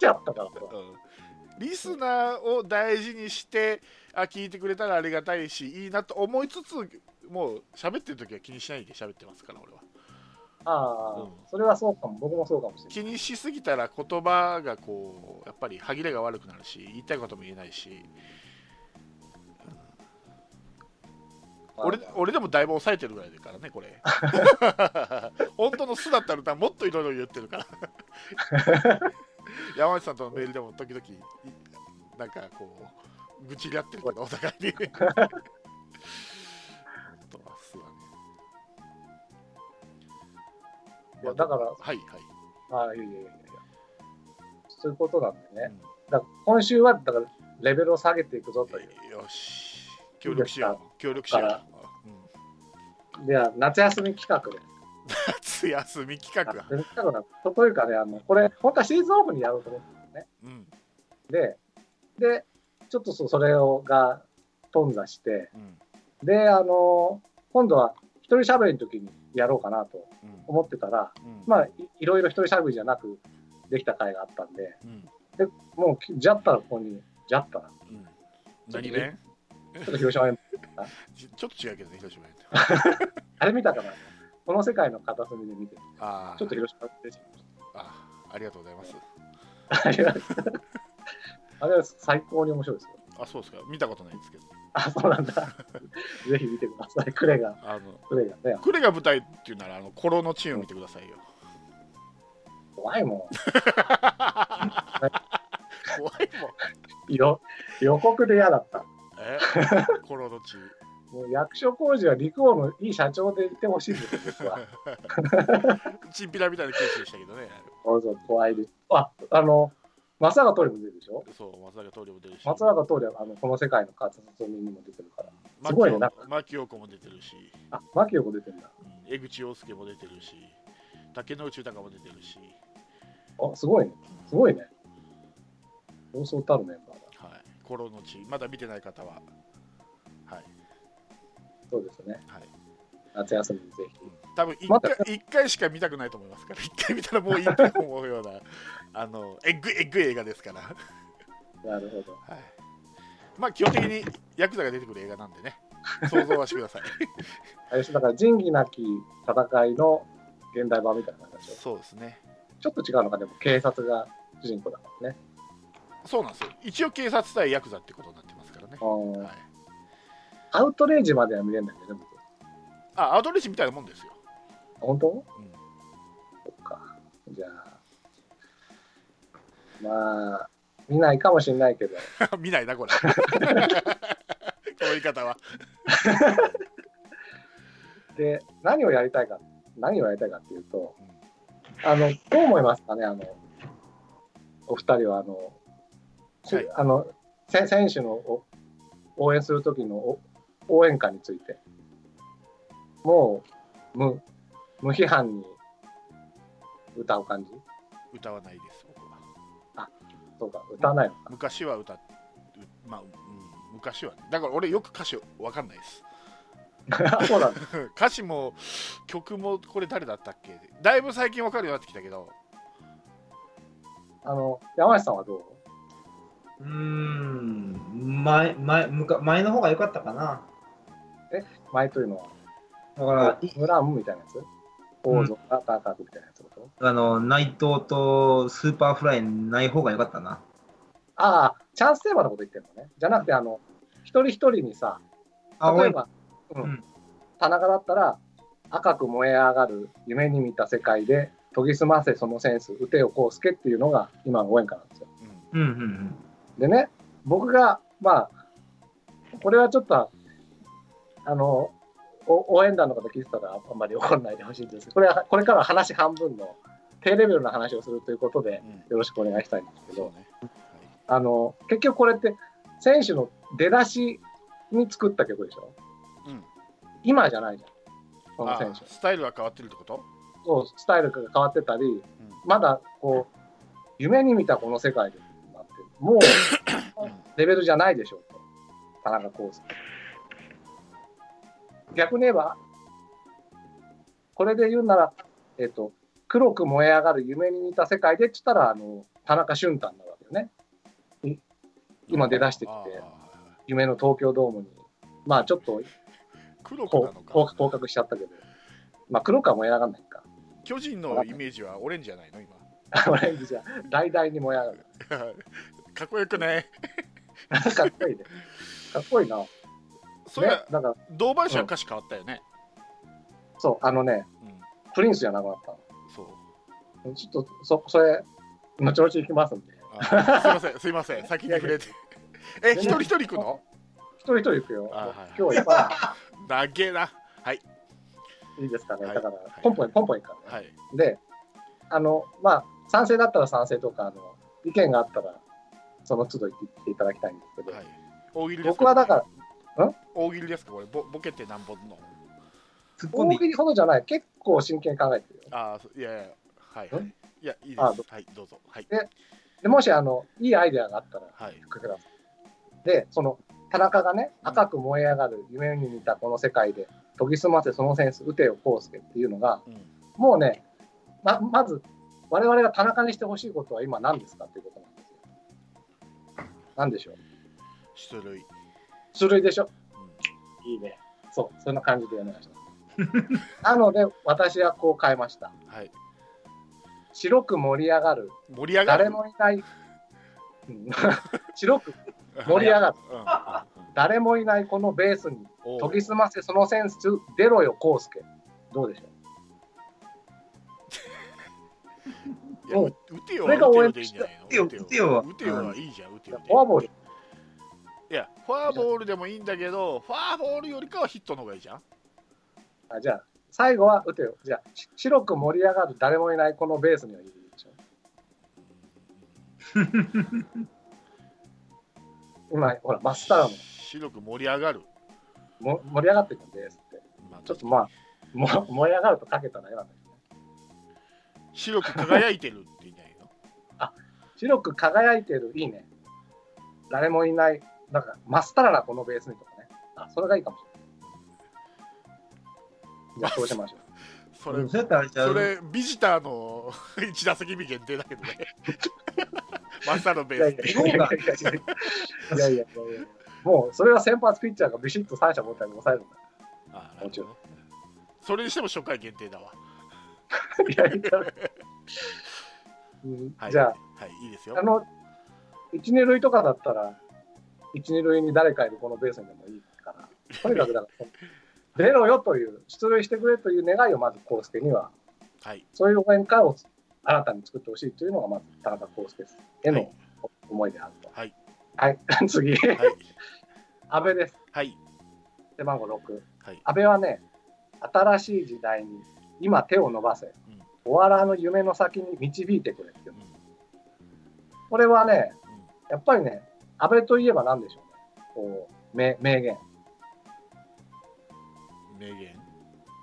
ちゃったからさうんリスナーを大事にしてあ聞いてくれたらありがたいしいいなと思いつつもう喋ってる時は気にしないで喋ってますから俺はああ、うんそれはそうかも僕もそうかもしれない気にしすぎたら言葉がこうやっぱり歯切れが悪くなるし言いたいことも言えないし俺俺でもだいぶ抑えてるぐらいだからね これ本当の素だったらもっといろいろ言ってるから 山内さんとのメールでも時々いなんかこう愚痴り合ってるけどお互 いに本当は素だねいやだからはいはいああいやいやいやいやそういうことなんでね、うんだから今週はだからレベルを下げていくぞというよし協力しよう協力しよだかう、うん、 では夏休み企画で夏休み企画夏休み企画なんとというかねあのこれ本当はシーズンオフにやろうと思ってうんで、で、ちょっとそうそれをが頓挫して、うんで、あの、今度は一人喋りの時にやろうかなとうん思ってたら、うんまあ、いいろいろ一人喋りじゃなくできた回があったんで、うんもうき、ジャッタらここに、ジャッタら、うん何弁ちょっと広島弁、ちちょっと違うけどね広島弁って あれ見たかなこの世界の片隅で見てる、あーちょっと広島弁出てきあありがとうございますました。あれはあれは最高に面白いですよ。あそうですか見たことないんですけどあ、そうなんだ。ぜひ見てください。クレが、あのクレがね、クレが舞台っていうならあのコロのチーム見てくださ いよ怖いも怖いもんん。よ予告で嫌だった。えコロのチームもう役所工事は陸王のいい社長でいてほしいんですよ、僕は。チンピラみたいなケースでしたけどねそうそう怖いです。あ、あの、松坂桃李も出るでしょそう松坂桃李も出るし松坂桃李はあのこの世界の片隅にも出てるから。マすごいねキオマキオコも出てるし、あ、牧陽子出てるんだ。うん江口洋介も出てるし竹野内豊も出てるしあ、すごいね。すごいね。そうそうたるメンバーだ。はい、コロの地、まだ見てない方は、はい、そうですね。はい、夏休みにぜひ。多分一ま回だ一回しか見たくないと思いますから、一回見たらもういいと思うような、 あの、えっぐいえっぐい映画ですから、はい、なるほど。まあ、基本的にヤクザが出てくる映画なんでね、想像はしてください。 あれでしょだから仁義なき戦いの現代版みたいな感じでしょ。そうですね、ちょっと違うのか、でも警察が主人公だからね。そうなんですよ、一応警察対ヤクザってことになってますからねあ。ーはい、アウトレイジまでは見れないんだよね、僕あ、アドレスみたいなもんですよ。 本当うんそっか。じゃあ、まあ、見ないかもしれないけど、見ないなこれこの言い方はで、何をやりたいか、何をやりたいかっていうと、あの、どう思いますかね、あの、お二人は、あの、せはいあのせ選手のお応援する時のお応援歌について、もう無無批判に歌う感じ歌わないです僕はそうか、歌わないのか。昔は歌っうまあ、うん、昔はねだから俺よく歌詞わかんないです そうなんだ。歌詞も曲もこれ誰だったっけだいぶ最近わかるようになってきたけどあの、山下さんはどううーん前前むか前の方が良かったかな。前というのは。だから、いムラムみたいなやつ王族が高くみたいなやつこと、あの内藤とスーパーフライない方が良かったな。ああ、チャンステーマのこと言ってるのね。じゃなくて、あの、一人一人にさ、例えば、うんうん田中だったら、赤く燃え上がる夢に見た世界で、研ぎ澄ませそのセンス、打てよこうすけっていうのが今の応援歌なんですよ。うんうんうんうん。でね、僕が、まあ、これはちょっと、あの、お応援団の方聞いてたらあんまり怒らないでほしいんですけど、これは、これからは話半分の低レベルの話をするということで、うんよろしくお願いしたいんですけそどう、ね、はいあの結局これって選手の出だしに作った曲でしょうん、今じゃないじゃんこのあ選手スタイルは変わってるってこと、そうスタイルが変わってたりうんまだこう夢に見たこの世界でなってるもうレベルじゃないでしょうと 田中康介逆に言えばこれで言うならえっと黒く燃え上がる夢に似た世界でって言ったらあの田中俊太になるわけよね。い今出だしてきあて、ー夢の東京ドームに、まあちょっと黒くなこのう降格か降格しちゃったけど、まあ黒川燃え上がんないか。巨人のイメージはオレンジじゃないの今 オレンジじゃ、大々に燃え上がる。かっこよくないかっこい いね。かっこいいな。ね、そういやだから、同伴者は歌詞変わったよね、そう、あのね、うんプリンスじゃなくなったそうの。ちょっと、そ、それ、後々行きますんで。あすいませんすいません先に触れてえ一人一人行くの一人一人行くよ。あはい今日やっぱだげえなはいいいですかね。はいだからはい、ポンポン、ポンポン行くからね。はいで、あの、まあ、賛成だったら賛成とか、あの、意見があったら、その都度言っていただきたいんですけど、はい大喜利です僕はだから、大喜利ですかこれボボケて何本の突っ込んで大い喜い利ほどじゃない、結構真剣に考えてるよ。ああいやいやはいんはいいやいいですあどはいどうぞはいでもし、あの、いいアイデアがあったら、はいください。で、その、田中がね、うん赤く燃え上がる夢に似たこの世界で、研ぎ澄ませそのセンス、打てよ、康介っていうのが、うんもうね、ままず、我々が田中にしてほしいことは今何ですかっていうことなんですよ。何でしょう出塁種類でしょうんいいね。そう、そんな感じでお願いします。 なので、私はこう変えました。はい白く盛り上がる、盛り上がる誰もいない、うん 白く盛り上がる、うん誰もいないこのベースにお研ぎ澄ませそのセンス出ろよ、康介。どうでしょういやうんう打てよそれが応援打てよでいいんじゃないの打てよ打てよ打打ててよはよはいいじゃん打てよでフォアボール。いやフォアボールでもいいんだけどフォアボールよりかはヒットの方がいいじゃんあじゃあ、最後は打てよ。じゃあ、し白く盛り上がる誰もいないこのベースにはいいでしょう。今、ほら、真っさらの白く盛り上がるも盛り上がってるんですって。まあちょっとまあ、も盛り上がるとかけたら嫌なんだけどね。白く輝いてるっていいんじゃないの白く輝いてる、いいね。誰もいない、なんか、まっさらなこのベースにとかね。あ、それがいいかもしれない。じゃあ、そうしましょう。そうんれそうやったらじゃあそれビジターの 1打席目限定だけど ねマスターのベいやーいスやでいやいやいやいやいやいやいやもうそれは先発ピッチャーがビシッと三者凡退に抑えるんだ。ああなるほどもちろそれにしても初回限定だわ、いやいやうんはい、じゃあ、はいいいですよあの、一二塁とかだったら、一二塁に誰かいるこのベースにでもいいから、とにかくだから、出ろよという、出塁してくれという願いをまず康介には、はいそういう応援会を新たに作ってほしいというのが、まず田中康介へはのい思いであると。はいはい、次、はい阿部です。はい背番号6。はい安倍はね、新しい時代に今手を伸ばせ、んお笑いの夢の先に導いてくれっていううんこれはね、うんやっぱりね、安倍といえば何でしょうね、こう名名言、名言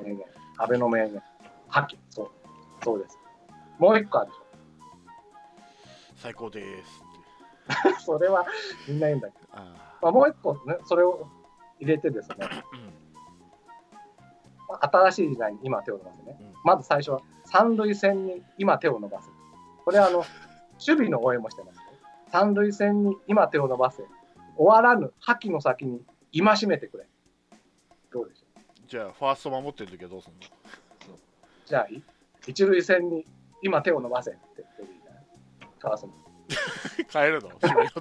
名言、安倍の名言、覇気、そう、そうです。もう一個あるでし最高ですってょ、 それはみんな言うんだけど、あまあ、もう一個、ね、それを入れてですね、あまあ新しい時代に今手を伸ばせね、うんまず最初は三塁線に今手を伸ばせこれはあの守備の応援もしてますね三塁線に今手を伸ばせ終わらぬ覇気の先に戒めてくれどうでしょうじゃあファースト守ってる時はどうすんの じゃあい一塁線に今手を伸ばせって言ってるじゃない川島変え るの決めよって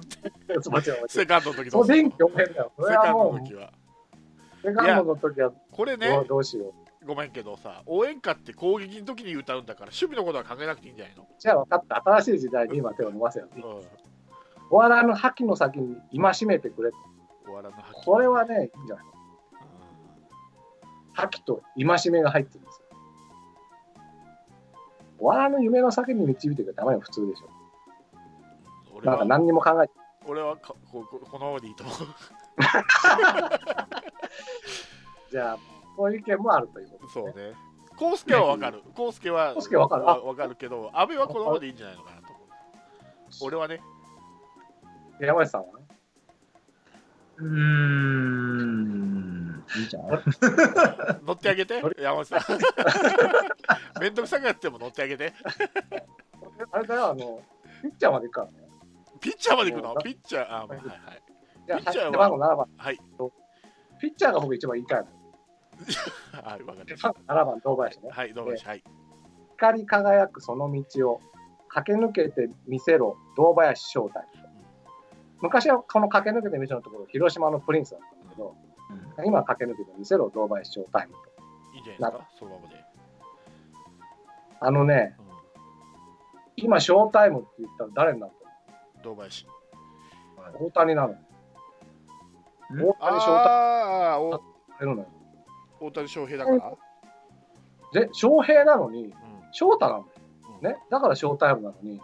もちろんもちろ セんカンドの時そうどうすん電の気読めんだよそセれカはンドもの時うはセカンドの時はどこれう,、ねどうしようごめんけどさ応援歌って攻撃の時に歌うんだから守備のことは考えなくていいんじゃないの、じゃあ分かった新しい時代に今手を伸ばせようん、終わらぬ覇気の先に戒めてくれ終わらぬ覇気これはねいいんじゃない覇気と戒めが入ってるんですよ。お笑いの夢の先に導いてくれたまには普通でしょ。うん俺なんかは何にも考えて、俺はかこここのままでいいと思う じゃあ、こういう意見もあるということです、そうね。ねコウスケはわかるコウスケは康介はわかるあわわかるけど安倍はこのままでいいんじゃないのかなと思う俺はね山内さんはね、うーんいいじゃん乗ってあげて山内さ んめんどくさくやっても乗ってあげてあれだよ、あの、ピッチャーまで行くからね。ピッチャーまで行くものうなピッチャー、あ、まあはいはい。じゃピッチャーあ、は背番号7番。はい。ピッチャーが僕一番いいから。はい、わかりまし7番、堂林ねた。。はい、どうもです。はい。光り輝くその道を駆け抜けてみせろ堂林翔太昔はこの駆け抜けてみせろのところ広島のプリンスだったんだけど今は駆け抜けてみせろ堂林翔太いいんじゃないですか、そのままで。あのね今ショータイムって言ったら誰になるうん堂林。の大谷なのん大谷翔太ああ、おってるのよ大谷翔平だから。で翔平なのにうん翔太なのうんねだからショータイムなのに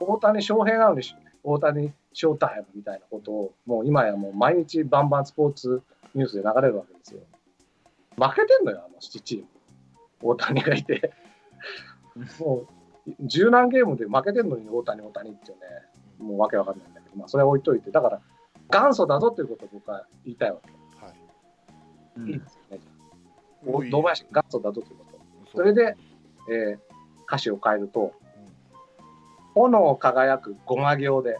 大谷翔平なのに大谷翔太みたいなことをもう今やもう毎日バンバンスポーツニュースで流れるわけですよ。負けてんのよ、あの7チーム。大谷がいて。もう十何ゲームで負けてんのに大谷、大谷ってね、うんもうわけわかんないんだけど、まあ、それは置いといて、だから元祖だぞということを僕は言いたいわはいうんけ。いいですよね。おいいね堂林、元祖だぞということ。それで、えー歌詞を変えると、炎輝くごま行で、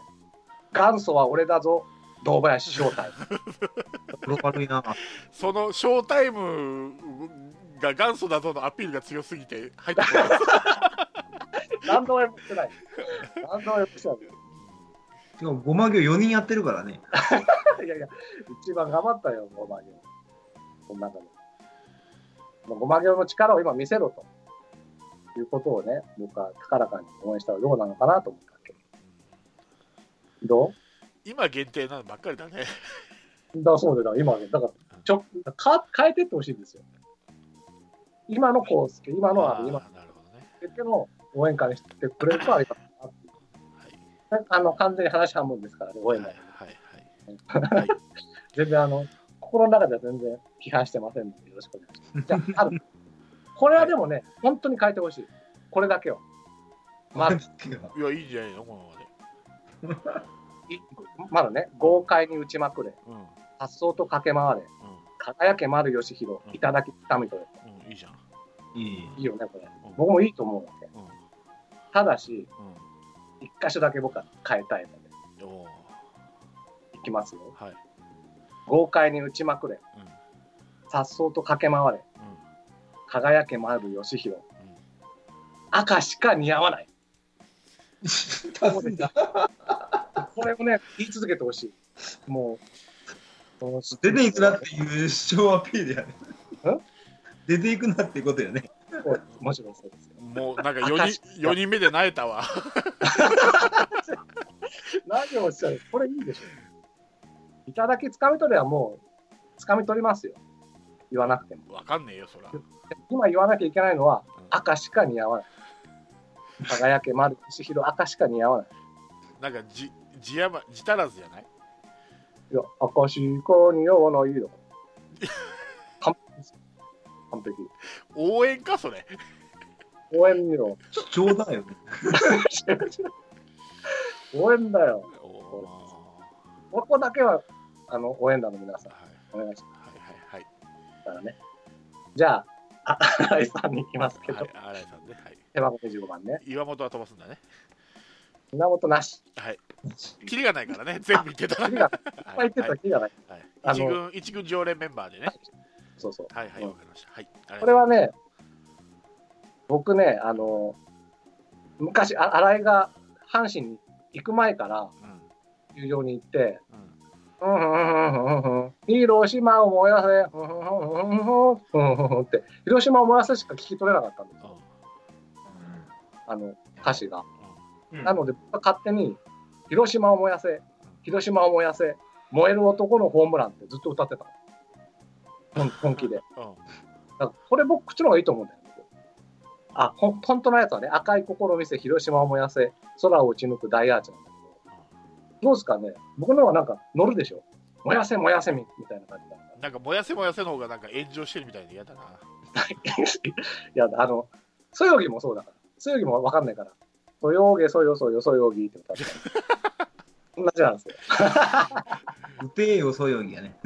元祖は俺だぞ、堂林正体。ローカルいな。そのショータイムが元祖だぞのアピールが強すぎて入ってこない何度もやってない。何度もやってない。しかも、ごま行4人やってるからね。いやいや、一番頑張ったよ、ごま行。この中で。もうごま行の力を今見せろと。いうことをね、僕は高らかに応援したらどうなのかなと思ったわけ。ど今限定なのばっかりだねうだそうでだ、今ね、だから、ちょか変えてってほしいんですよ。今のコースケ、今のああーの、今なるほどね、けの応援歌にしてくれるとありがたいなっていうはいあの完全に話半分ですからね、応援は歌い。はいはい、はい、全然あの、心の中では全然批判してませんので、よろしくお願いします。じゃ あ、ある。これはでもね、本当に変えてほしい。これだけを。ま だ、いやいいんじゃないのこのままでいまだね、豪快に打ちまくれ、うん発想と駆け回れ、輝け丸義弘、いただきたみとれ。うん、うん、いいじゃん、いい。いいよね、これ。うん僕もいいと思うわけ。うんただし、うん一箇所だけ僕は変えたいので、おーいきますよ。はい、豪快に打ちまくれ、うん発想と駆け回れ、うん輝け丸義弘、うん赤しか似合わない。足す んだこれをね、言い続けてほしい。もう、どうし出ていくなっていう主張アピールやねん。出ていくなってことよね。もちろんそうですよ。もうなんか4人 ,4 人目でなえたわ何をおっしゃるこれいいでしょ。いただきつかみ取りはもう、つかみ取りますよ。言わなくても。わかんねえよそら、うん今言わなきゃいけないのは、赤しか似合わない。輝け丸、石広、赤しか似合わない。なんかじじやばじたらずじゃないいや、赤しか似合わ ないよ。完璧ですよ。完璧。応援かそれ応援見ろ。主張だよね。応援だよ。おーここだけは、あの、応援団の皆さん、はいお願いします。はいはいからね。じゃあ、あ新井さんに行きますけはいはどい、新井さんねはい手番号25番ね。岩本は飛ばすんだね。胸元なし。はい。キリがないからね、全部言ってたキリら。が、いっぱい言ってたキリがない。はいあ一の軍一軍常連メンバーでね。そうそう。はいはい、うんわかりました。はい。ありこがとれうはね、僕ね、あの、昔、あ新井が阪神に行く前からございます球場に行って、うんうんうんうんうんうんうん、広島を燃やせ、うんうんうんうんうんうんうんって、広島を燃やせしか聞き取れなかったんですよ、あの歌詞が。なので、僕は勝手に、広島を燃やせ、広島を燃やせ、燃える男のホームランってずっと歌ってたの。本本気で。だうんうんからこれ僕、こっちの方がいいと思うんだよね。あ、ほん本当のやつはね、赤い心を見せ、広島を燃やせ、空を打ち抜く大アーチなんだけど、どうですかね、僕の方がなんか乗るでしょ。燃やせ、燃やせみみたいな感じだかなんか燃やせ燃やせの方がなんか炎上してるみたいで嫌だな。ら。 いや、あの、そよぎもそうだから。そよぎもわかんないから。そよげ、そよそよ、そよぎって歌ってた。同じなんですよ。うてえよ、そよぎやね。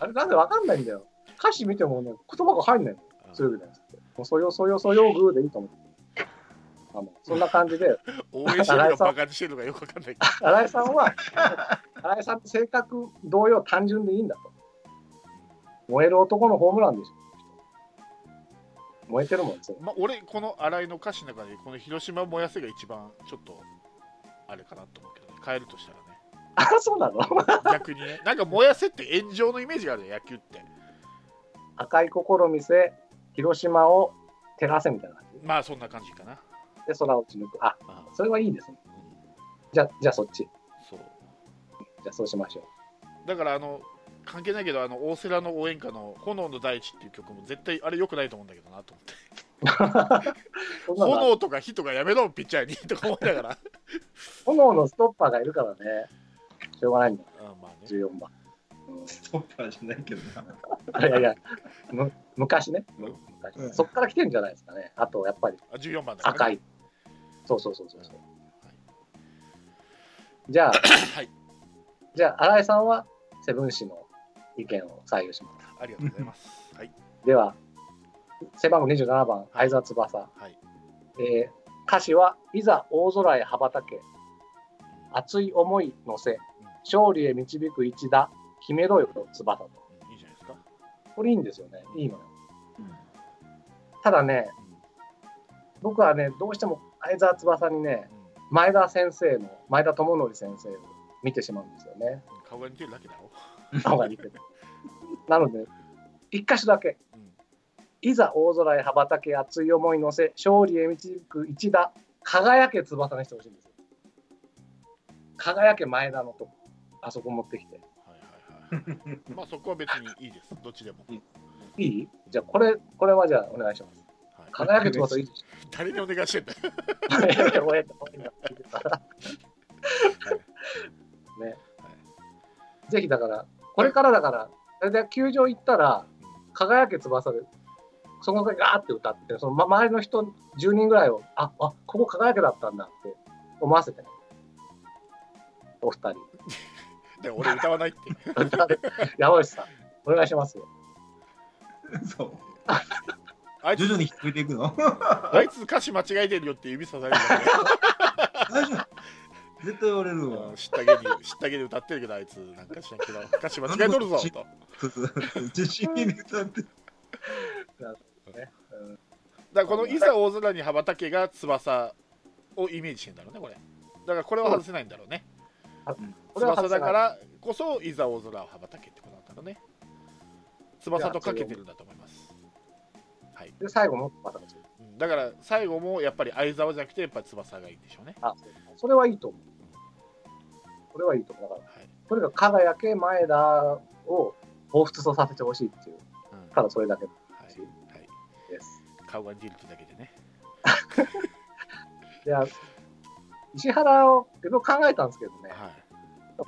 あれ、なんでわかんないんだよ。歌詞見てもね、言葉が入んないの。うんそういうわけじゃないですか。もうそよそよそよぐーでいいと思う。かも。そんな感じで、応援してるのバカにしてるのかよくわかんない け新井さんは、新井さんの性格同様単純でいいんだと。燃える男のホームランでしょ。燃えてるもん、それど、まあ、俺この新井の歌詞の中にこの「広島燃やせ」が一番ちょっとあれかなと思うけどね変えるとしたらねあ、そうなの逆にねなんか燃やせって炎上のイメージがあるね野球って赤い心見せ、広島を照らせみたいな感じ。まあそんな感じかな、で、空を打ち抜く。あ、まあそれはいいですね。うんじゃ、じゃあそっち。じそうゃあそうしましょう。だからあの関係ないけどあの大瀬良の応援歌の「炎の大地」っていう曲も絶対あれ良くないと思うんだけどなと思ってそんなの炎とか火とかやめろピッチャーにとか思いながら炎のストッパーがいるからね、しょうがないんだ、あまあね14番。うんストッパーじゃないけどな。いやいや、む昔ね、うん昔うんそっから来てるんじゃないですかね。あと、やっぱりあ14番だから赤ねい。そうそうそうそうそう、はいじゃあ、はいじゃあ、新井さんはセブン氏の意見を採用しまありがとうございますはいす。では、背番号27番、相沢翼。はいえー歌詞はいざ大空へ羽ばたけ、熱い思い乗せ、勝利へ導く一打、決めろよ翼と。うんいいじゃないですかこれいいんですよね。いいのよ。ただね、僕はね、どうしても相沢翼にね、うん前田先生の、前田智則先生を見てしまうんですよね。うん顔が似てるだけだろ顔が似てる。なので、一箇所だけ、うんいざ大空へ羽ばたけ、熱い思い乗せ、勝利へ導く一打、輝け翼にしてほしいんですよ。輝け前田のとこ、あそこ持ってきて。はいはいはいまあそこは別にいいですどっちでもいいじゃあ、これ、これはじゃあお願いします。はい輝け翼いいでしょ。誰にお願いしてんだよ応援応援が聞いてたらね。ぜひだから、これからだから、それで球場行ったら、うん輝け翼で、その時ガーって歌って、そのま周りの人10人ぐらいを、あ、あ、ここ輝けだったんだって思わせてね。お二人。で俺歌わないって山内さん、お願いしますよ。そう。あい徐つ々に聞こえていくのあいつ歌詞間違えてるよって指さされるから大丈夫絶対言われるわうん。知ったげに知ったげで歌ってるけどあいつなんか知らんけど歌詞間違えとるぞなんとそうそう自信に歌って。だからこの「いざ大空に羽ばたけ」が翼をイメージしてんだろうねこれだからこれは外せないんだろうねこれは翼だか外らこそ「いざ大空を羽ばたけ」ってことなんだろうね翼とかけてるんだと思いますはせないいで、最後もまたこっちうんだから最後もやっぱり相沢じゃなくてやっぱり翼がいいんでしょうねあ、そうそれはいいと思う。これはいいと思う。だから、はい、とにかく輝け前田を彷彿とさせてほしいっていう、うんただそれだけはいはい、です。顔が似てるってだけでねで、あ石原をいろいろ考えたんですけどね。はい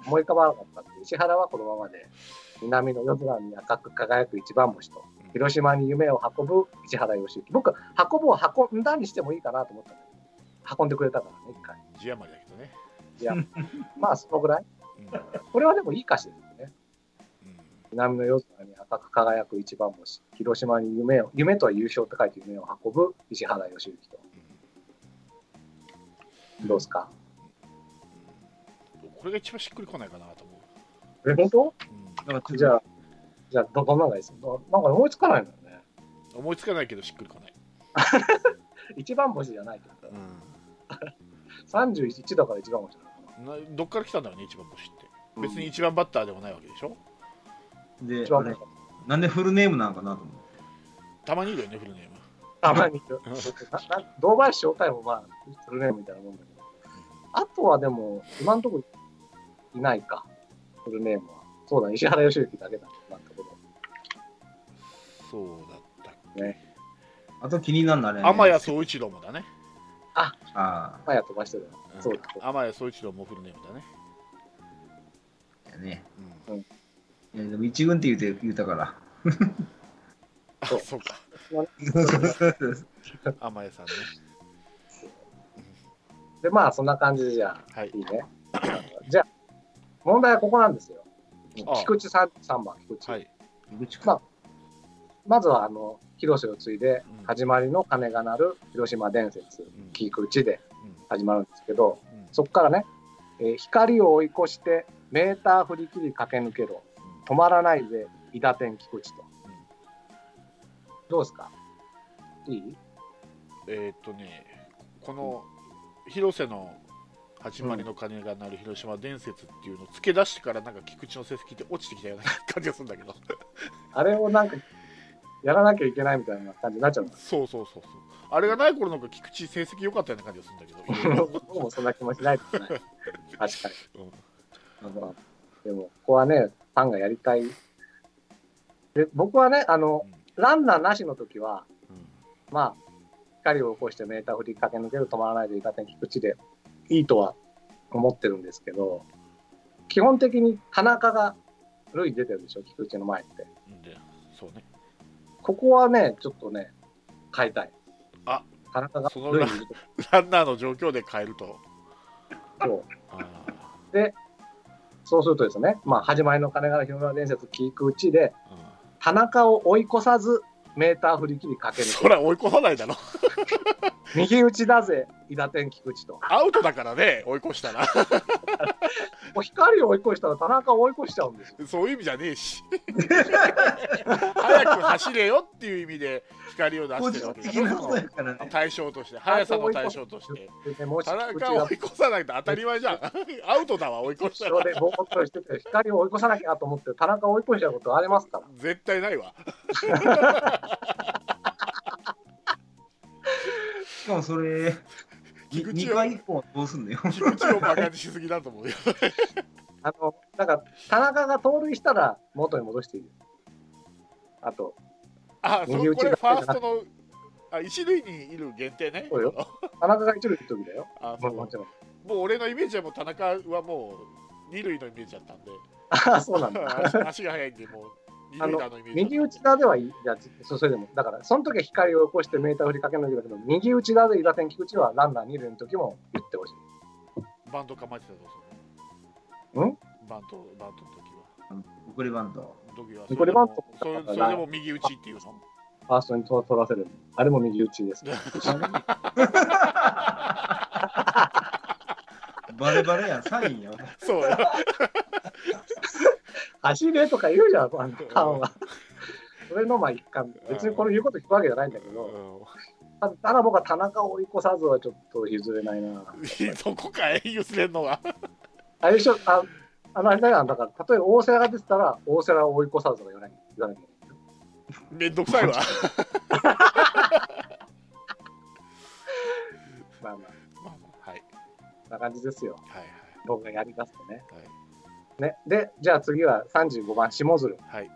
思い浮かばなかったんで、石原はこのままで、南の夜空に赤く輝く一番星と、うん広島に夢を運ぶ石原良幸。僕、運ぶを運んだにしてもいいかなと思ったんだけど、運んでくれたからね、一回。字余りだけどね、いや、まあ、そのぐらい。うんこれはでもいい歌詞ですよね。うん南の夜空に赤く輝く一番星、広島に夢を、夢とは優勝って書いて夢を運ぶ石原良幸と。どうですか、これが一番しっくりこないかなと思う。え、本当なんかじゃあ、じゃあ、ど、どんなのがいいですかなんか思いつかないのよね。思いつかないけどしっくりこない。一番星じゃないけど。31だから一番面白いのかな。などっから来たんだろうね、一番星って。別にうん、一番バッターでもないわけでしょ。で一番あれなんでフルネームなんかなと思って。たまにいるよね、フルネーム。たまに。なな堂林正体もまあ、するねみたいなもんだけど。あとはでも、今のところいないか、フルネームは。そうだ、石原良幸だけだ、今のところ。そうだったっあと気になるのあれ、け。ね。天谷総一郎もだね。あまあや飛ばしてるよう。んそうだ、そうだ天谷総一郎もフルネームだね。あ。ね。うんいやでも一軍って言うて言うた から。あ、そうそうか。天谷さんね。で、まあそんな感じでじゃはあ、いいい。ね。 じゃあ、問題はここなんですよ。ああ菊池さん3番、菊池。はい。まあ、まずはあの広瀬を継いでうん始まりの鐘が鳴る広島伝説うん聞くうちでうん始まるんですけどうんそこからね、えー光を追い越してメーター振り切り駆け抜けろうん止まらないぜ伊田天菊池と、うんどうですかいいえーっとねこの広瀬の始まりの鐘が鳴る広島伝説っていうのを付け出してからなんか菊池の成績って落ちてきたような感じがするんだけ どあれをなんかやらなきゃいけないみたいな感じになっちゃうんですそうそうそうそうあれがない頃の方が菊池成績良かったような感じがするんだけ どいろいろ僕もそんな気もしないですね 確かに、うんまあでもここはねファンがやりたいで僕はねあのランナーなしの時はうまあ光を起こしてメーター振り駆け抜ける止まらないでいかてん菊池でいいとは思ってるんですけど基本的に田中が塁に出てるでしょ菊池の前ってんうんでそうねここはねちょっとね変えたいあ田中がその塁に出てるランナーの状況で変えるとそうあそうするとですね、まあ、始まりの金柄広村伝説聞くうちで、ー、うん田中を追い越さず、メーター振り切りかける。そりゃ追い越さないだろ右打ちだぜ、伊田天菊池と。アウトだからね追い越したらもう光を追い越したら田中を追い越しちゃうんですよ。そういう意味じゃねえ し早く走れよっていう意味で光を出個してるわけだ人的なかことやかららね。対象として速さの対象としてでもし田菊池中をが追い越さないと当たり前じゃんアウトだわ追い越した後ろらでボーっとしてて、光を追い越さなきゃと思って、田中を追い越しちゃうことありますから。絶対ないわしかもそれ、菊池を2回1本どうすん のよ。菊池をバカにしすぎだと思うよあの、だから、田中が盗塁したら元に戻していいです。あと、あそ右う打ちこれがファーストのあ一塁にいる限定ねそうよ田中が一塁行く時だよ。あそまあうももちろん。う俺のイメージはもう田中はもう二塁のイメージだった んでああ、そうなんだ。足足が速いんでもう二塁打のイメージ右打ちだではいいじゃあそうそれでもだからその時は光を起こしてメーター振りかけるんだけど右打ちだで伊田天菊池はランナー二塁の時も言ってほしいバント構えてたぞそんバントバントの時は送りバント。時はニコリバントそれでもそれそれでも右打ちっていうのファーストにと取らせるあれも右打ちですバレバレやん、サインやん。そうよ走れとか言うじゃんあの感はそれのまあ一環別にこれ言うこと聞くわけじゃないんだけどただただ僕は田中を追い越さずはちょっと譲れないなうん そこかい譲れんのがあれでしょああのあれだよだから例えば大瀬良が出てたら大瀬良を追い越さずとか言わない言わなきゃいけない めんどくさい わまあまあまあまあはいそんな感じですよはい僕がやりだすとねね、で、じゃあ次は35番、下鶴。はいはい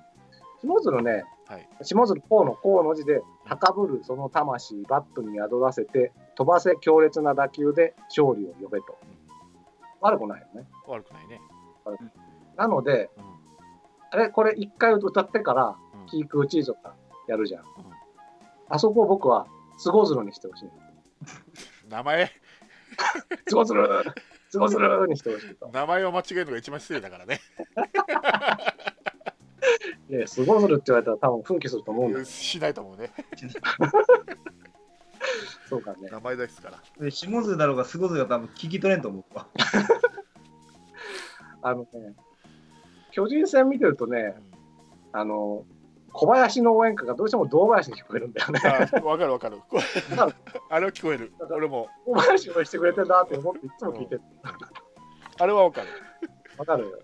下鶴ね、はい下鶴こうのこうの字で、高ぶるその魂、バットに宿らせて、飛ばせ強烈な打球で勝利を呼べと。悪くないよね。悪くないねなので、うんあれ、これ一回歌ってから、うんキークーチーとかやるじゃん。あそこを僕は、ご鶴にしてほしい。名前ご鶴ご鶴にしてほしいと。名前を間違えるのが一番失礼だからねいや、ご鶴って言われたら多分奮起すると思うんだよ。しないと思うねそうかね。名前ですからで下津だろうが、菅津が多分聞き取れんと思うわ。あのね、巨人戦見てるとね、うんあの、小林の応援歌がどうしても堂林に聞こえるんだよね。あわかるわかるこれかるあれは聞こえる俺も堂林をしてくれてるなって思っていつも聞いてる。あれはわかるわかるよ、うん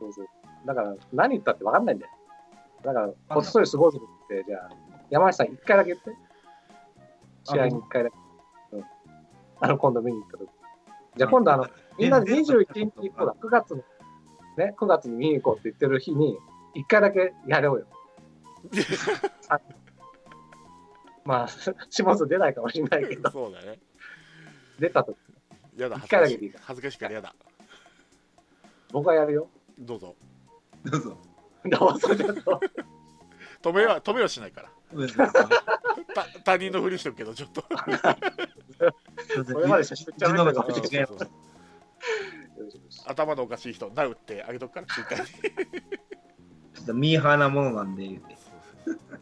そうそう。だから、何言ったってわかんないんだよ。だから、こっそりすごいぞって、じゃあ、山下さん一回だけ言って。試合に一回だけ。うん。あの、今度見に行った時。じゃあ今度あの、みんなで21日以降だ、9月の、ね、9月に見に行こうって言ってる日に、一回だけやろうよ。あまあ、下津出ないかもしれないけ ど、そうだね出たとやだ一恥ず回だけでいかしいいか恥ずかしいからやだ僕はやるよ。どうぞどうぞ。どうぞちょっと。止めは止めはしないからどうぞた他人のふりしとくけどちょっとこれ まで写真撮っちゃううねちの方がこっち違うそうそう頭のおかしい人なうってあげとくからツイッターにちょっとミーハーなものなんで言うて。そうそうそう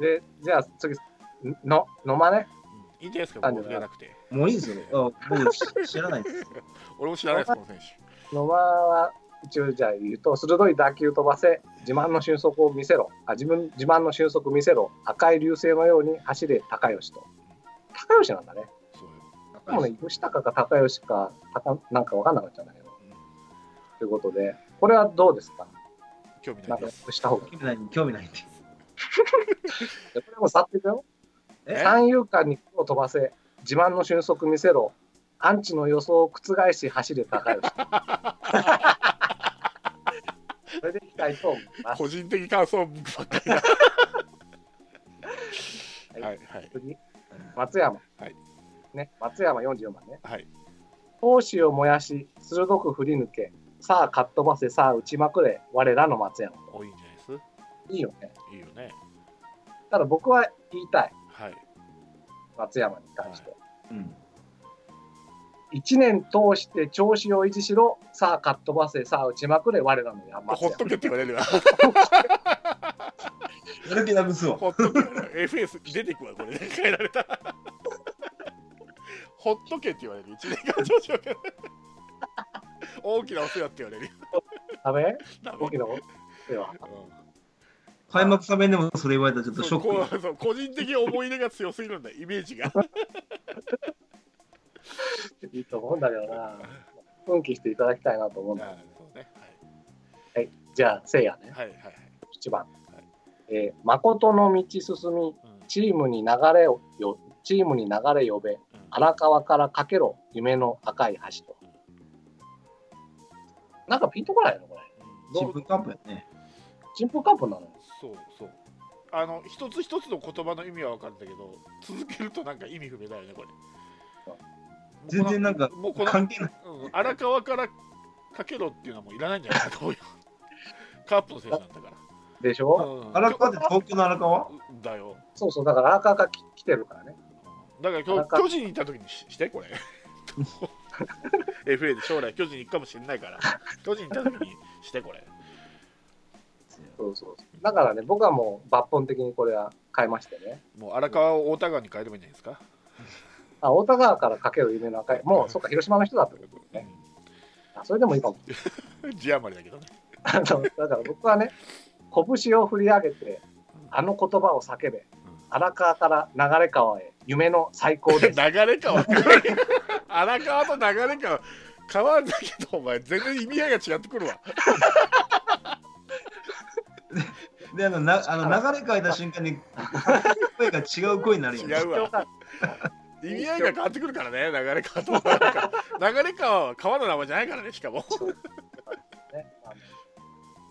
で、じゃあ次、の、のまね。いいんじゃないですか、ゴールじゃなくて。もういいですよね。あ僕し知らないです。俺も知らないです、この選手。野間は一応じゃあ言うと鋭い打球飛ばせ自慢の俊足を見せろあ自分自慢の俊足見せろ赤い流星のように走れ高吉と高吉なんだねそうよでもね吉高か高吉か高なんか分かんなかったんだけどということでこれはどうですか興味ななんいかです。した方がいい興味ない興味ないって。これも去っていくよえ三遊間に球を飛ばせ自慢の俊足見せろアンチの予想を覆し走れ高 吉それでいきたいと思います個人的感想ばっかりだ。はい、はい、次松山、はいね、松山44番ねはい。闘志を燃やし鋭く振り抜けさあかっ飛ばせさあ打ちまくれ我らの松山多いんじゃないでいいよねすいいよね。ただ僕は言いたいはい。松山に関して、うん。一年通して調子を維持しろさあかっ飛ばせさあ打ちまくれ我らの山ほっとけって言われるわ。やる気なくすわ。ほっとけ。FS 出てくわ、これ。変えられた。ほっとけって言われる。一年間上昇から。大きなお世話って言われる。ダメダメ大きなこではうん開幕スタメンでもそれ言われたらちょっとショそうックこよ。う そう個人的思い入れが強すぎるんだ、イメージが。いいと思うんだけどな奮起していただきたいなと思うんだあそうねじゃあせいやねはいはいはいはい1番、えー誠の道進みうんチームに流れをよチームに流れ呼べうん荒川からかけろ夢の赤い橋と。なんかピンとこないのこれ。うん新聞カンプやね。チンプカンプなのそうそうあの一つ一つの言葉の意味は分かるんだけど続けるとなんか意味不明だよねこれ全然なんかもうこの関係ない。うん荒川からかけろっていうのはもういらないんじゃないかと思 うよカープの選手なんだかでしら、ょ、うん荒川って東京の荒川だよそうそう、だから荒川がき来てるからね。うんだから今荒日川巨人に行った時にししてこ れ FA で将来巨人に行くかもしれないから巨人に行った時にしてこれそうそうそうだからね、僕はもう抜本的にこれは変えましてね。もう荒川を大田川に変えればいいんじゃないですかあ、大田川からかける夢の赤い。もう、そっか、広島の人だってことね。あそれでもいいかも。 字余りだけどね。あのだから僕はね、拳を振り上げて、あの言葉を叫べ。荒川から流れ川へ、夢の最高です。 流れ川荒川と流れ川変わるんだけどお前全然意味合いが違ってくるわで、あの、なあの流れ変えた瞬間 に、声が違う声になるよね。違うわ意味合いが変わってくるからね流れ川と流れ川流れ川は川の名前じゃないからねしかもね、あの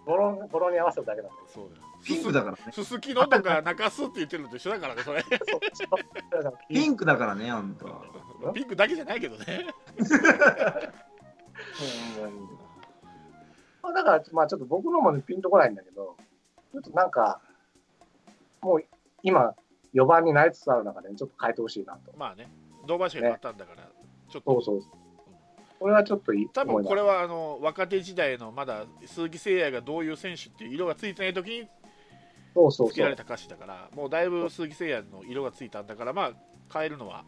語呂語呂に合わせるだけなんでそうだよピンクだからね。すすきのとか中洲って言ってるのと一緒だからね それすよ。そうそうだからピンクだからね、あんた。ピンクだけじゃないけどねまあだから、まあ、ちょっと僕のもねピンとこないんだけど、ちょっとなんか、もう今、4番になりつつある中で、ちょっと変えてほしいなと。まあね同場所になったんだから、ちょっそうとそうそう。これはちょっといい多分これははあの若手時代のまだ鈴木誠也がどういう選手っていう色がついてない時にそうそうつそけられう。た歌詞だからもうだいぶ鈴木誠也の色がついたんだからまあ変えるのは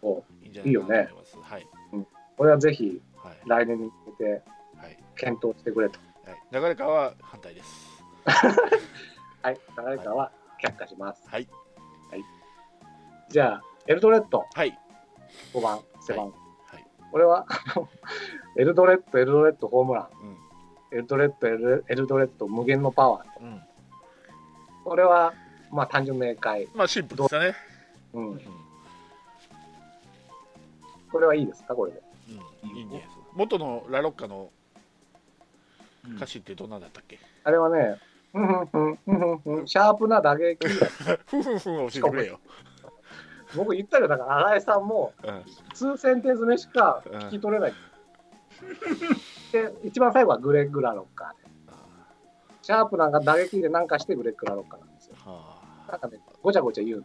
そいいんじゃないかなと思いますはいこれはぜひはい来年に向けてはい、検討してくれと。はい、流れ川は反対ですはい、誰かは却下します。はいじゃあ、エルドレッドはい5番、背番。はいこれは、 あのエルドレッド、エルドレッドホームラン。うんエルドレッド、エルエルドレッド、無限のパワー。うんこれは、まあ単純明快。まあシンプルですよねうんう。ん、これはいいですか、これで。うん、いいんじゃないです元のラロッカのうん歌詞ってどんなんだったっけ、 あれはね、ふんふんふんふんふんふん、シャープな打撃。ふんふんふん教えてくれよ、僕言ったけど、だから新井さんも、うん、普通センテンス目しか聞き取れない。で、一番最後はグレッグ・ラロッカーで。あシャープなんか打撃でなんかしてグレッグ・ラロッカーなんですよー。はなんかね、ごちゃごちゃ言うの。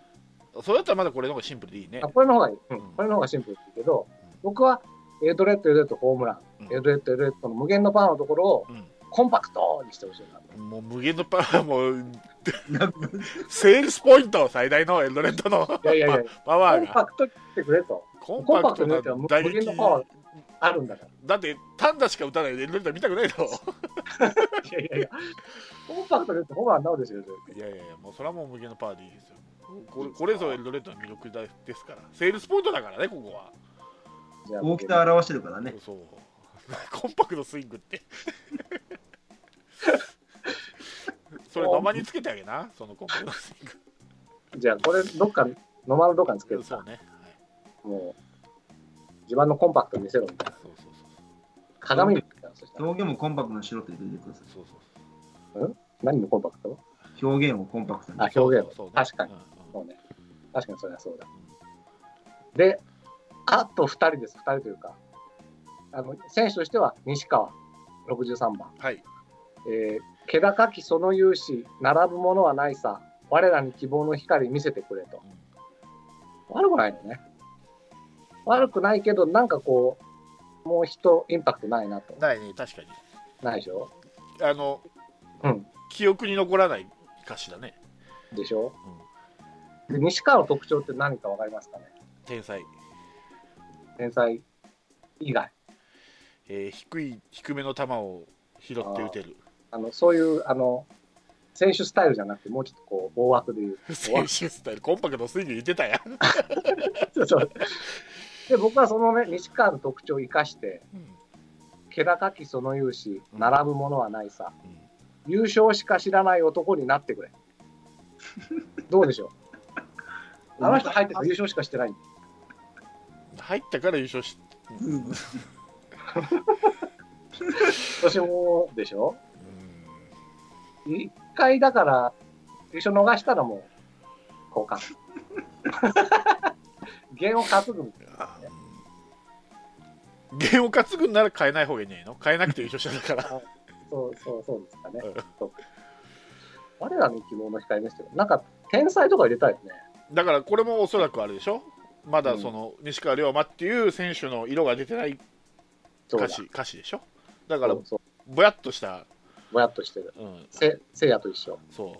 あそれだったらまだこれの方がシンプルでいいねあこれの方がいい、うんうんこれの方がシンプルだけど、僕はエルドレッド、エルドレッド、ホームラン、うんエルドレッド、エルドレッドの無限のパワーのところをうんコンパクトにしてほしいなと。もう無限のパワー、もう、 セールスポイント最大のエンドレッドの いやいやいや、パコワーンが。パクトにしてくれと。ココンパクトにしては無打撃限のパワーあるんだから。だって、単打しか打たないエンドレッド見たくないだろ。いやいやいや、コンパクトにしてホームランなおですよ。全然いやいやいや、もうそれはもう無限のパワーでいいですよ。これこれぞエンドレッドの魅力だですから。セールスポイントだからね、ここは。じゃあ大きさを表してるからね。そう。 コンパクトスイン グって。それ、名前につけてあげな、そのコンパクトスインじゃあこれ、どっか、野間のどっかにつけグ。るそさう、ね。はいもう、自慢のコンパクト見せろみたいな。そうそうそ鏡みたいな。そしたら表現もコンパクトにしろって言ってくださうそうそう何のコンパクトい。表現をコンパクトに。あそう。表現そうそう確かにうんうんそうね。確かにそれはそうだ。で、あと2人です、2人というか、あの選手としては西川、63番、はい。えー、気高きその勇姿、並ぶものはないさ、我らに希望の光見せてくれと。悪くないのね。悪くないけど、なんかこう、もう人、インパクトないなと。ないね、確かに。ないでしょあの、うん。記憶に残らない歌詞だね。でしょ、で西川の特徴って何か分かりますかね天才。天才以外。えー低い、低めの球を拾って打てる。あの、そういう、あの、選手スタイルじゃなくて、もうちょっとこう、大枠で言 う。 選手スタイル、コンパクトスイング言ってたやん。そうそうで、僕はそのね、西川の特徴を生かして、うん気高きその勇姿、うん並ぶものはないさ、優勝しか知らない男になってくれ。どうでしょ うあの人入ってから優勝しかしてない。入ったから優勝し、うんうん私もでしょうん一回だから、優勝逃したらもう、交 換。弦を担ぐみたいな。ゲームを担ぐんなら変えない方がいいんじゃないの変えなくて優勝したんだから。 そうそうそうですかねうん。そう我らの希望の光ですけど、なんか天才とか入れたいよね。だからこれもおそらくあれでしょまだその、西川龍馬っていう選手の色が出てないそうだ歌詞歌詞でしょだからそうそぼやっとした、うぼやっとしてる。うん、せせいやと一緒。そ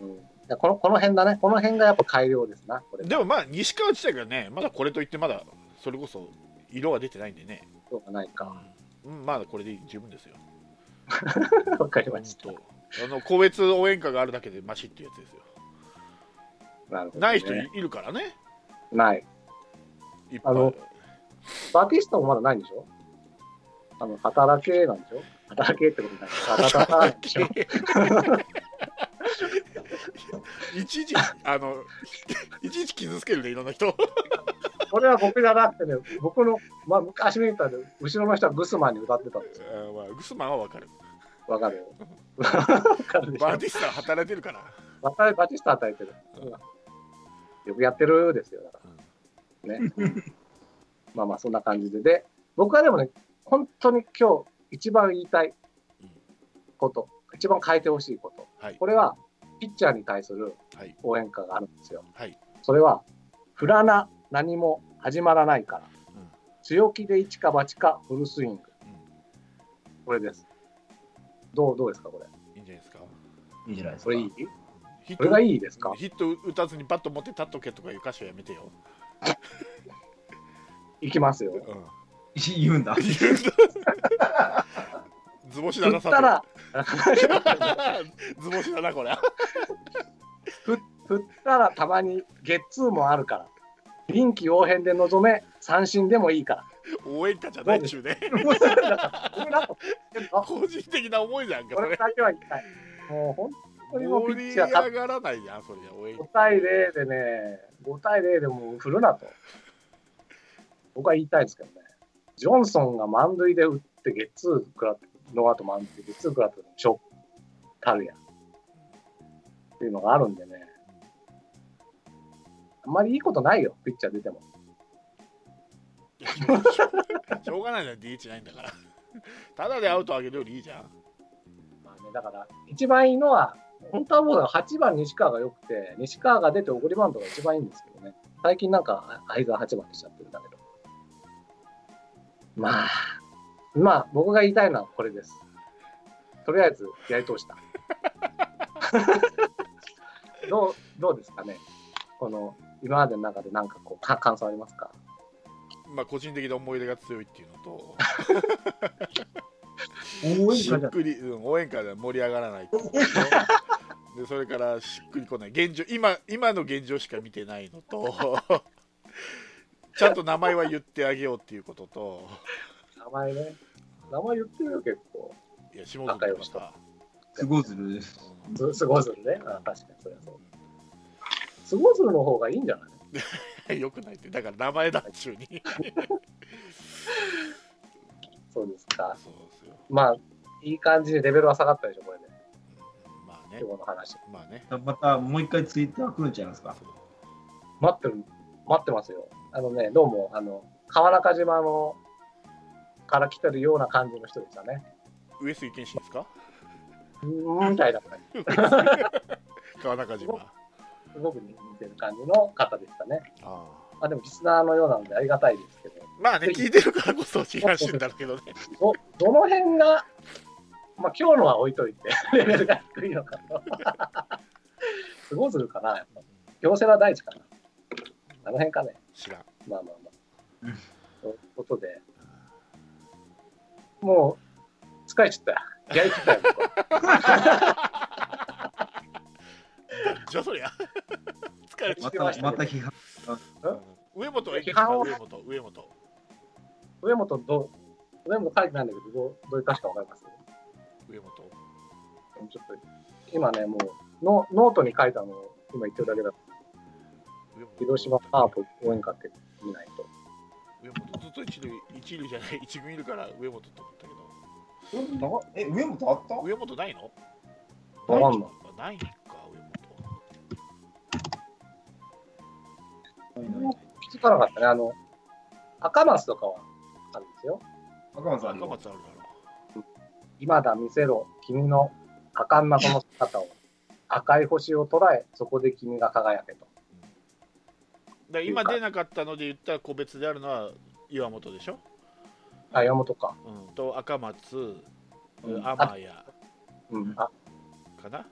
うん、いやこのこの辺だね。この辺がやっぱ改良ですな。これうでもまあ西川自体がねまだこれといってまだそれこそ色が出てないんでね、どうかないか。うん、まだこれで十分ですよわかり本ました。当あの個別応援歌があるだけでマシっていうやつですよなるほどね、ない人い,、るからねない。いっぱあいのバティスタもまだないんでしょあの、働けなんでしょ働けってことない。働かないでしょ一時あの いちいち傷つけるでいろんな人これは僕じゃなくてね、僕の、まあ、昔見たで、後ろの人はグスマンに歌ってたんですよ。あまあ、グスマンはわかる。わ かるわかるでしょバーティスタは働いてるから。バタバチスタ与えてる。うんよくやってるですよ、だから。ね。まあまあ、そんな感じで。で、僕はでもね、本当に今日一番言いたいこと、一番変えてほしいこと、はい。これは、ピッチャーに対するはい。応援歌があるんですよ。はい。それは、振らな、何も始まらないから、うん強気で一か八かフルスイング。これです。どう、どうですか、これ。いいんじゃないですか。いいじゃないですこか。れいいヒッこれがいいですかヒット打たずにバット持って立っとけとかいう歌詞はやめてよ。いきますよ。うん。言うんだ。図星だ振な、ったら、佐藤。 図星だな、これ。振ったらたまにゲッツーもあるから臨機応変で臨め三振でもいいか応援歌じゃないっちゅうね。らもうそれだからそれだと言ってんの個人的な思いじゃんか、こそれれ。だけは言いたいもう本当にもうピッ盛りチャー勝上がらないじゃん、それじゃ、応援5。対0でね5対0でもう振るなと僕は言いたいですけどねジョンソンが満塁で打ってゲッツー食らってノーアウト満塁でゲッツー食らってショックたるやっていうのがあるんでねあんまりいいことないよピッチャー出ても。しょうがないじゃん、DH ないんだから。ただでアウトあげるよりいいじゃん。まあね、だから、一番いいのは、本当はもう8番西川が良くて、西川が出て送りバントが一番いいんですけどね。最近なんか、あ相沢8番にしちゃってるんだけど。まあ、まあ、僕が言いたいのはこれです。とりあえずやり通した。 どうどうですかねこの今までの中で何かこうか感想ありますかまあ個人的な思い出が強いっていうのと多いしかっじゃくり、うん、応援会では盛り上がらないっていうのとでそれからしっくりこない現状今今の現状しか見てないのとちゃんと名前は言ってあげようっていうことと名前ね。名前言ってるよ、結構。いや下津とかすごずるです。すすごずるね。あ確かに、そりゃそう。すごずるの方がいいんじゃないさ よくないってだから名前だっちゅうにそうですか。そうですよまあ、いい感じでレベルは下がったでしょ、これで、まあね今日の話。まあねまたもう一回ツイッター来るんちゃいますか。そう待ってる、待ってますよ。あのね、どうも、あの、川中島の、から来てるような感じの人でしたね。上杉謙信ですかうーんみたいな、川中島あすごく似てる感じの方でしたね。ああ、でも、リスナーのようなのでありがたいですけど、まあね聞いてるからこそ批判してんだろうけどねど、どの辺が、まあ、今日のは置いといて、 レベルが低いのかと。 すごするかな、やっぱ。京セラ大地かな。あの辺かね。知らんまあまあまうんあ。ということで、もう、疲れちゃったよ。やりきったよ。僕はじゃあそりゃ 疲れちゃまったたまた批判。上本はいいです批か判を上本上本上本どう、上本書いてないんだけど、どう、どういう歌詞かわかります上本ちょっと、今ね、もう、ノノートに書いたのを今言ってるだけだ広島カープ応援歌って見ないと。上本ずっと一塁一塁じゃない一軍いるから上本と思ったけどえ上本あった？上本ないのわかんない。あないんか上本気づかなかったね。あの、赤松とかはあるんですよ。赤松さん赤の。松あるだろ今だ見せろ、君の果敢なこの姿を。赤い星を捉え、そこで君が輝けと。だから今出なかったので言ったら個別であるのは岩本でしょ、あ、山本か。うん、と赤松うん天谷うん。あ、かな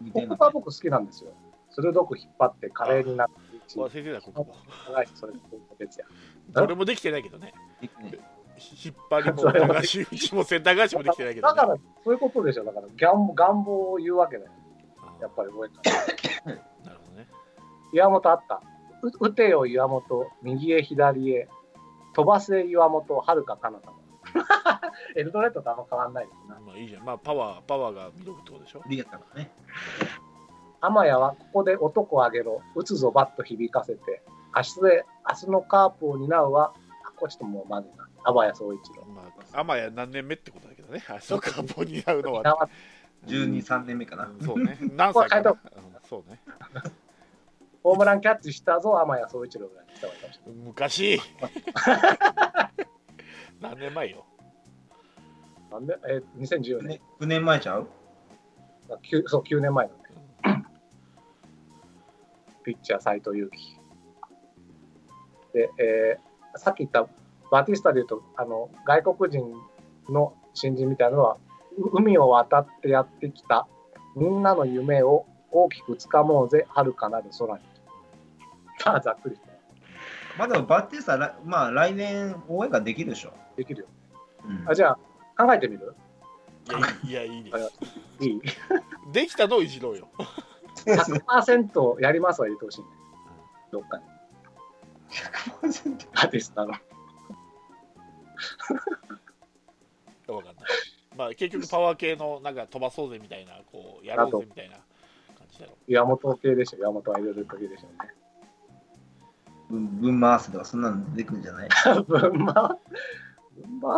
似てこんのこが僕好きなんですよ。鋭く引っ張って華麗になっていち忘れてたここも長いし、それと別や。どれもできてないけどねできないひ引っ張りも流し打ちもセンター返しもできてないけどだかねら、そういうことでしょ。だから、願望願望を言うわけだよ。やっぱり覚えた。りなるほどね岩本あった。う打てよ岩本、右へ左へ、飛ばせ岩本、はるか彼方。 エルドレッドとあんま変わんないですな。まあいいじゃんまあパワーパワーが魅力ってことでしょリアだからね。天谷はここで男をあげろ、打つぞバッと響かせて、明日で明日のカープを担うは、あこれちょっともうまずいな。天谷総一郎。まあ天谷何年目ってことだけどねあそうかボニー合うのは担わ十二三年目かな。うんそうね。何歳かな、こうんそうね。ホームランキャッチしたぞ、天谷総一郎ぐらいにした方がいいかもしれ昔。何年前よ。ない。なんでえー、2014年ね、九年前ちゃう？あ9そう、9年前のね。 ピッチャー斎藤佑樹。で、えーさっき言ったバティスタでいうと、あの外国人の新人みたいなのは、う海を渡ってやってきた、みんなの夢を大きくつかもうぜ、遥かなる空に。まあ、ざっくりして、まあでもバッテリーさらまあ来年応援ができるでしょ。できるよ。うんあじゃあ、考えてみるいや、いやいいであれすは。いいできたのをいじろうよ。 ?100% やりますは入れてほしいね。どっかに。バティスタの。わかんない。まあ、結局パワー系の、なんか飛ばそうぜみたいな、こう、やろうぜみたいな感じだろ岩本系でしょ。岩本は入れる時でしょうね。分分回すとかそんなの出てくるんじゃない？分回分回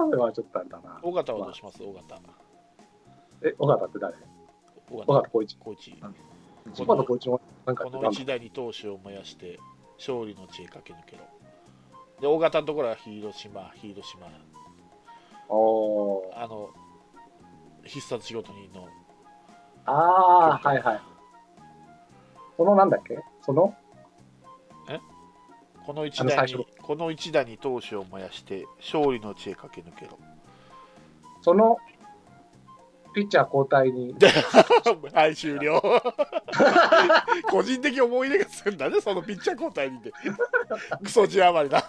せはちょっとあれだなう。。尾形はどうします尾形。え、尾形って誰尾尾形形。浩一。コーチ。尾形浩一もなんかこやってのたんだ一代に闘志を燃やして、勝利の知恵駆け抜けろ。で、尾形のところは広島、広島。おーあの、必殺仕事人のあー、はいはい。そのなんだっけそのこの一あの打最初にこの一打に闘志を燃やして勝利の地へ駆け抜けろそのピッチャー交代に、はい、終了。 個人的思い出がするんだね、そのピッチャー交代にて。クソ字余りだ。